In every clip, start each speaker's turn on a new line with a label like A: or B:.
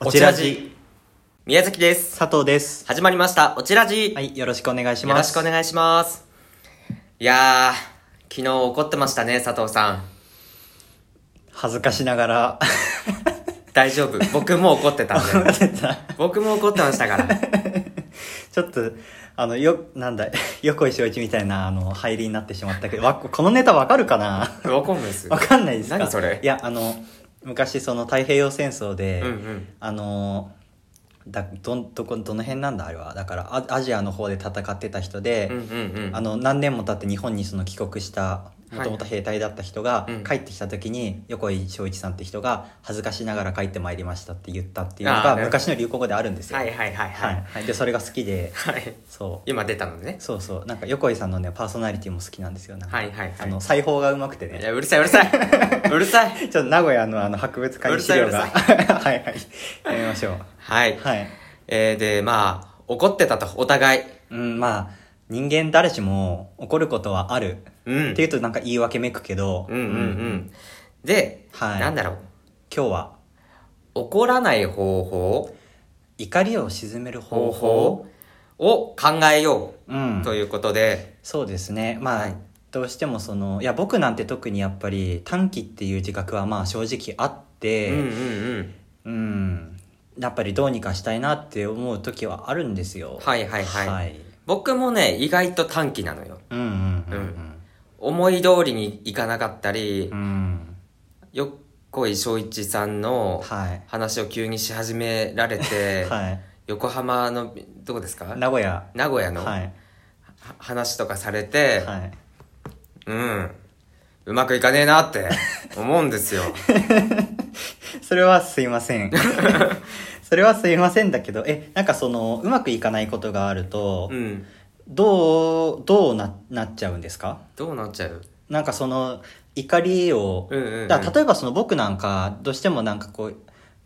A: おちらじ
B: 宮崎です。
A: 佐藤です
B: 始まりました、おちらじ。
A: はいよろしくお願いし
B: よ
A: ま
B: ろし
A: す
B: くお願いします。いやー、昨日怒ってましたね、佐藤さん。
A: 恥ずかしながら
B: 大丈夫。僕も怒ってたんで。
A: 出た
B: 僕も怒ってましたから。
A: ちょっとあのよなんだ 横井翔一みたいなあの入りになってしまったけどわこのネタわかるかな
B: 怒るんで す。
A: わかんないですか
B: 何それ
A: いやあの昔その太平洋戦争で、
B: うんうん
A: あのだどんどこどの辺なんだあれはだからアアジアの方で戦ってた人で、
B: うんうんう
A: あ
B: ん。
A: の何年も経って日本にその帰国した
B: い
A: もともと兵隊だった人が
B: うん
A: 帰ってきた時に横井翔一さんって人が恥ずかしながら帰ってまいりましたって言ったっていうの
B: あー
A: が
B: ね
A: 昔の流行語であるんですよ。
B: はいはいはいは
A: はい
B: い。
A: はいでそれが好きで
B: はい。
A: そう
B: 今出たのね。
A: そうそうなんか横井さんのねパーソナリティも好きなんですよなんか
B: はいはいはい
A: あの裁縫がうまくて
B: い
A: ね
B: や、うるさいうるさい。 うるさい。
A: ちょっと名古屋のあの博物館に資料が
B: うる
A: はいはいやめましょう
B: はい。
A: はい
B: えー、で、まあ、怒ってたと、お互い。
A: うんまあ人間誰しも怒ることはある、
B: うん
A: っていうとなんか言い訳めくけど
B: うんうんうん。で、
A: はい
B: なんだろう。
A: 今日は
B: 怒らない方法
A: 怒りを鎮める
B: 方
A: 方法
B: 法を考えよ
A: う
B: うんということで、
A: そうですねまあ、
B: はい
A: どうしてもそのいや僕なんて特にやっぱり短期っていう自覚はまあ正直あって
B: うんうんうん
A: うんやっぱりどうにかしたいなって思う時はあるんですよ
B: はいはいはい
A: はい、
B: 僕もね意外と短気なのよ
A: うんうんうん
B: 思い通りにいかなかったり
A: うん、うん、
B: よっこい翔一さんの
A: はい
B: 話を急にし始められて、
A: はい
B: 横浜のどこですか
A: 名古屋
B: 名古屋の
A: は
B: はい話とかされて、
A: はい
B: うんうまくいかねえなって思う んですよ
A: それはすいま せんそれはすいませんだけどえなんかそのうまくいかないことがあると、
B: うん
A: どうどうななっちゃうんですか
B: どうなっちゃう
A: なんかその怒りを、
B: うんうんうん
A: だから例えばその僕なんかどうしてもなんかこう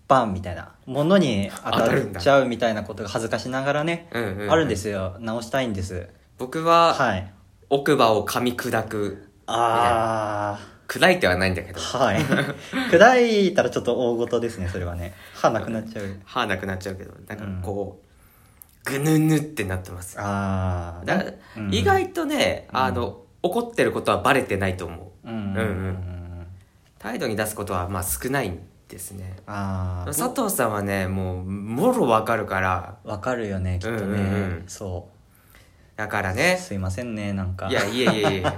A: バンみたいなものに当たっちゃうみたいなことが恥ずかしながらね、
B: うんうんうん
A: あるんですよ直したいんです
B: 僕は、
A: はい
B: 奥歯を噛み砕く
A: あ
B: 砕いてはないんだけど
A: あはい 砕いたらちょっと大事ですねそれはね歯なくなっちゃう
B: 歯なくなっちゃうけどなんかこう、ぐぬぬってなってます
A: ああ
B: だ
A: うん
B: 意外とね、あの怒ってることはバレてないと思う
A: うんうんうん
B: うん
A: うん
B: 態度に出すことはまあ少ないんですね
A: ああ
B: 佐藤さんはねもうもろわかるから
A: わかるよねきっとね、
B: うんうんうん
A: そ
B: だから
A: う
B: ね
A: すいませんねなんか
B: いやいやいや いや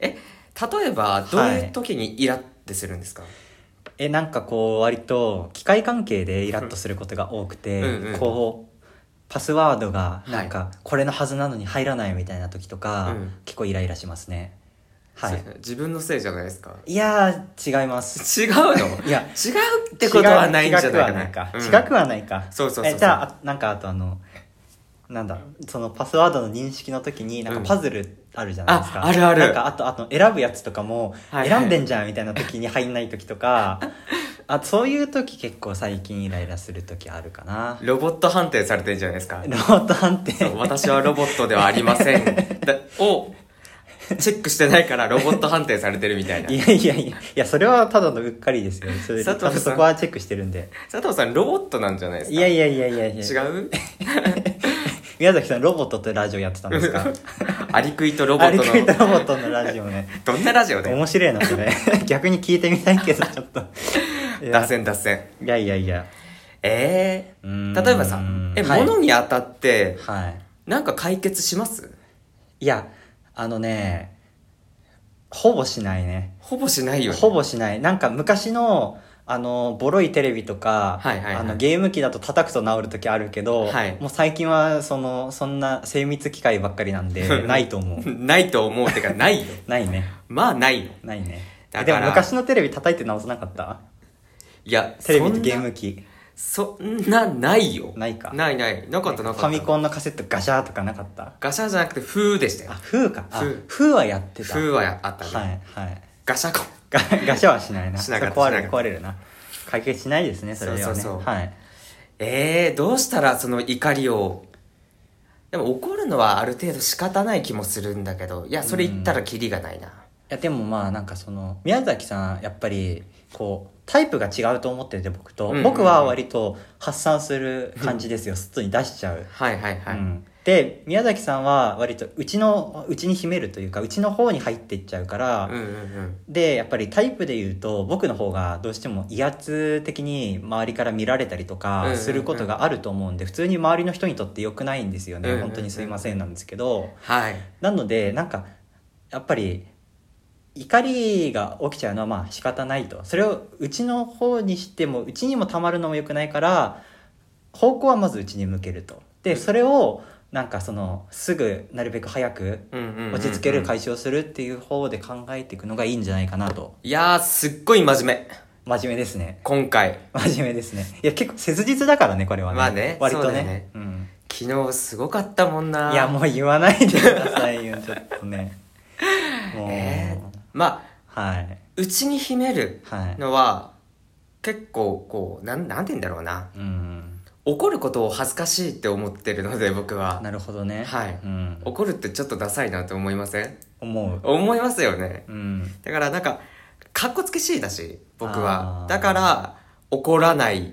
B: え例えばどういう時にイラってするんですか、
A: えなんかこう割と機械関係でイラッとすることが多くて、
B: うんうん
A: こうパスワードがなんかこれのはずなのに入らないみたいな時とか、
B: うん
A: 結構イライラしますねはい
B: そ自分のせいじゃないですか
A: いやー違います
B: 違うの
A: いや
B: 違うってことはないんじゃないかなうん
A: 違くはないか、
B: そうそうそうそう
A: えじゃああなんかあとあのなんだそのパスワードの認識の時になんか
B: うん
A: パズルあるじゃないですか、
B: ああるある
A: なんかあとあと選ぶやつとかも
B: はいはい
A: 選んでんじゃんみたいな時に入んない時と かあそういう時結構最近イライラする時あるかな
B: ロボット判定されてるじゃないですか
A: ロボット判定
B: そう私はロボットではありません だをチェックしてないからロボット判定されてるみたいない
A: やいやいやいやそれはただのうっかりですよそれ
B: 佐藤さん
A: あとそこはチェックしてるんで
B: 佐藤さんロボットなんじゃないですか
A: いやいやいやいやいや
B: 違う
A: 宮崎さんロボットとラジオやってたんですか
B: アリクイと ロボ
A: あ
B: ッ
A: れ
B: ト
A: 聞いた
B: の
A: ロボットのラジオね
B: どんなラジオだよ
A: 面白いなそ れ逆に聞いてみたいけどちょっといや
B: 脱線脱線
A: いやいやいや
B: え
A: うーん
B: ー、例えばさえ、
A: はい
B: 物に当たって
A: はい
B: なんか解決します
A: いやあのねほぼしないね
B: ほぼしないよね
A: ほぼしないなんか昔のあのボロいテレビとか、
B: はいはいはい
A: あのゲーム機だと叩くと治る時あるけど、
B: はい
A: もう最近はそのそんな精密機械ばっかりなん でないと思う
B: ないと思うてかないよ
A: ないね
B: まあないの
A: ないね
B: だか
A: で
B: ら
A: も昔のテレビ叩いて直さなかった
B: いや
A: テレビと
B: そんな
A: ゲーム機
B: そんなないよ
A: ないか
B: ないないなかったなかっ
A: フ
B: た
A: ァミコンのカセットガシャーとかなかった
B: ガシャンじゃなくてフーでしたよ
A: あ、風か。あ
B: 風、
A: 風はやってた。
B: フーはやあったね、
A: はい、はい。
B: ガシャコン
A: ガガシャはしないな。
B: しなかった
A: それ壊れ
B: しな
A: る、
B: かっ
A: 壊れるな。解決しないですね、それではね。
B: そうそうそう
A: はい。
B: えー、どうしたらその怒りをでも怒るのはある程度仕方ない気もするんだけどいやそれ言ったらキリがないな、
A: いや、でもまあ、なんかその、宮崎さん、やっぱり、こう、タイプが違うと思ってて僕と、
B: うんうんうん
A: 僕は割と発散する感じですよ外に出しちゃう、
B: はいはいはい、
A: うんで宮崎さんは割とうちのうちに秘めるというかうちの方に入っていっちゃうから、
B: うんうん
A: でやっぱりタイプで言うと僕の方がどうしても威圧的に周りから見られたりと
B: うんうんう
A: か
B: ん
A: することがあると思うんで普通に周りの人にとって良くないんですよ
B: うん
A: ね
B: うんうん
A: 本当にすいませんなんですけど
B: はい
A: なのでなんかやっぱり怒りが起きちゃうのはまあ仕方ないとそれをうちの方にしてもうちにもたまるのも良くないから方向はまずうちに向けるとでそれをなんかそのすぐなるべく早く
B: うんうんうんうん
A: 落ち着ける解消するっていう方で考えていくのがいいんじゃないかなと
B: いやーすっごい真面目
A: 真面目ですね
B: 今回
A: 真面目ですねいや結構切実だからねこれはね,、
B: まあね
A: 割と
B: そうだ
A: ね
B: よね
A: うん、
B: 昨日すごかったもんない
A: いやもう言わないでくださいよちょっとねもう、
B: えーまあ
A: はい
B: 内に秘める
A: はい
B: のは結構こうなんなんて言うんだろうな
A: うん
B: 怒ることを恥ずかしいって思ってるので僕は
A: なるほどね
B: はい
A: うん、
B: 怒るってちょっとダサいなって思いません
A: 思う
B: 思いますよね
A: うん
B: だからなんかかっこつけしいだし僕
A: あ
B: は
A: ー
B: だから怒らないっ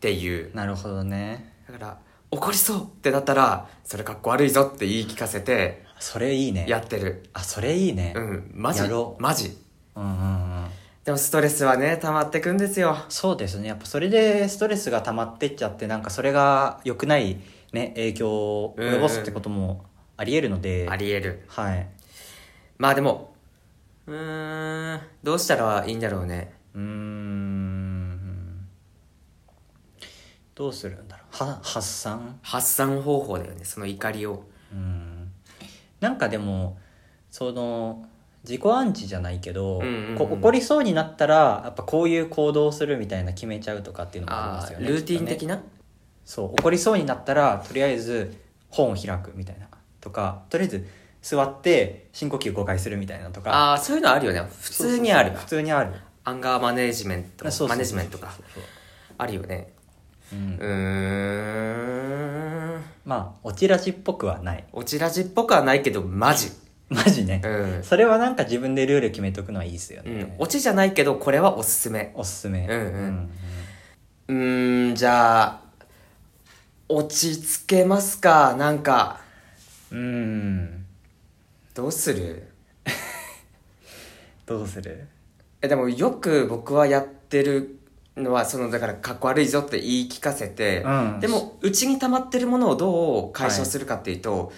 B: ていう
A: なるほどね
B: だから怒りそうってなったらそれかっこ悪いぞって言い聞かせて
A: それいいね
B: やってる
A: あそれいいね、
B: う
A: うん、
B: んマジ
A: やろう
B: マジ
A: うんうん
B: でもストレスはね溜まってくんですよ
A: そうですねやっぱそれでストレスが溜まってっちゃってなんかそれが良くない、ね、影響を及ぼすってこともありえるので、
B: ありえる
A: はい
B: まあでもうーんどうしたらいいんだろうね
A: うーんどうするんだろうは発散
B: 発散方法だよねその怒りを
A: うんなんかでもその自己暗示じゃないけど、
B: うんうんうん
A: こ怒りそうになったらやっぱこういう行動をするみたいな決めちゃうとかっていうのもありま
B: あ
A: すよ
B: あ
A: ね
B: ルーティ
A: きっと
B: ン
A: ね
B: 的な、
A: そう怒りそうになったらとりあえず本を開くみたいなとかとりあえず座って深呼吸5回するみたいなとか
B: ああそういうのあるよね普通にある
A: そうそうそう普通にある
B: アンガーマネージメント
A: あそうそうそう
B: マネジメントかあるよね
A: うん
B: うーん
A: まあオチラジっぽくはない
B: オチラジっぽくはないけどマジ
A: マジね
B: うん、
A: それはなんか自分でルール決めとくのはいいですよ
B: う
A: ね、
B: ん、オチじゃないけどこれはおすすめ
A: おすすめ
B: うんうん
A: うん
B: うーんじゃあ落ち着けますかなんか
A: うん
B: どうする
A: どうする
B: えでもよく僕はやってるのはそのだからかっこ悪いぞって言い聞かせて、
A: うん
B: でもうちに溜まってるものをどう解消するかっていうと、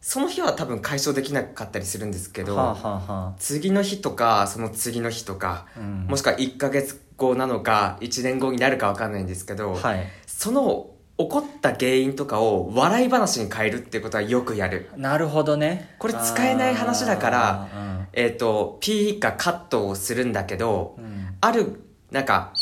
B: その日は多分解消できなかったりするんですけど、
A: はあはあは
B: 次の日とかその次の日とか、
A: あ、うん
B: もしくは1ヶ月後なのか1年後になるか分かんないんですけど、
A: はい
B: その起こった原因とかを笑い話に変えるっていうことはよくやる
A: なるほどね
B: これ使えない話だから
A: あ
B: えっ、と P かカットをするんだけど
A: ーうんうん
B: あるなんか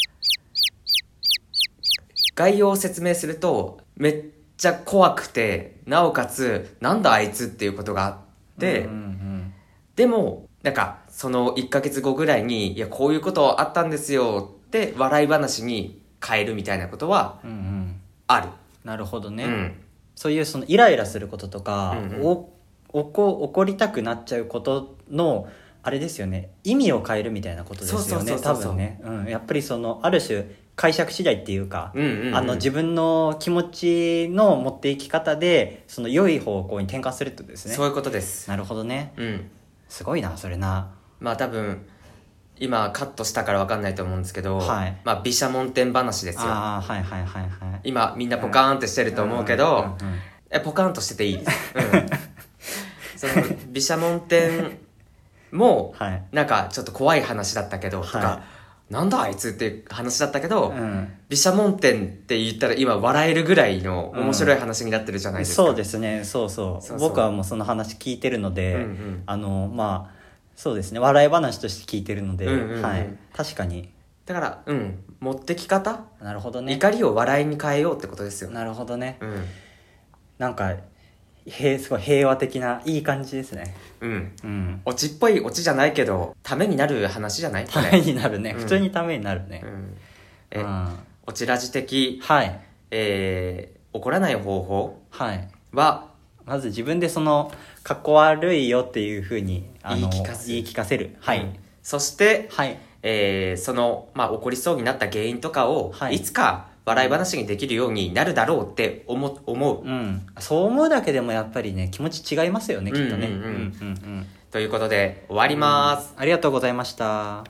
B: 概要を説明するとめっちゃ怖くてなおかつなんだあいつっていうことがあって、
A: うんうん
B: でもなんかその1ヶ月後ぐらいにいやこういうことあったんですよって笑い話に変えるみたいなことは
A: うんうんうん
B: ある、
A: なるほどね、
B: うん
A: そういうそのイライラすることとか、
B: うんうん
A: おおこ怒りたくなっちゃうことのあれですよね意味を変えるみたいなことです
B: そ
A: よ
B: うそうそ
A: ね
B: うそ
A: 多
B: うそう
A: 分ね、うん、やっぱりそのある種解釈次第っていうか、
B: うんうんうん
A: あの自分の気持ちの持っていき方でその良い方向に転換するってことですね
B: そういうことです
A: なるほどね
B: うん
A: すごいなそれな
B: まあ多分今カットしたから分かんないと思うんですけど、
A: はい
B: まあ毘沙門天話ですよ
A: ああはいはいはいはい
B: 今みんなポカーンってしてると思うけど、
A: うんうんうん
B: えポカーンとし てていいです、うん、その毘沙門天も
A: はい
B: なんかちょっと怖い話だったけど、と
A: は
B: かなんだあいつっていう話だったけど、
A: うん
B: 毘沙門天って言ったら今笑えるぐらいの面白い話になってるじゃないですか、
A: そうですねそうそう
B: そうそう
A: 僕はもうその話聞いてるので、
B: うんうん
A: あのまあそうですね笑い話として聞いてるので、
B: うんうんうん
A: はい、確かに
B: だからうん持ってき方、
A: なるほどね
B: 怒りを笑いに変えようってことですよ、
A: なるほどね
B: うん
A: なんかへすごい平和的ないい感じですね
B: うん
A: うん
B: オチっぽいオチじゃないけどためになる話じゃないこ
A: た
B: れ
A: めになるね、
B: うん
A: 普通にためになるね
B: う、ん、
A: う
B: え
A: ん、
B: オチラジ的、
A: はい
B: えー怒らない方法
A: はい
B: は
A: まず自分でそのかっこ悪いよっていうふうにあの
B: 言い聞かせる
A: 言い聞かせるはい、
B: うんそして、
A: はい
B: ええーその、まあ、起こりそうになった原因とかを、
A: はい
B: い、つか笑い話にできるようになるだろうって思思う
A: うん、そう思うだけでもやっぱりね気持ち違いますよねきっとね
B: うんう
A: うん
B: んうん
A: うんうん
B: ということで終わります。
A: ありがとうございました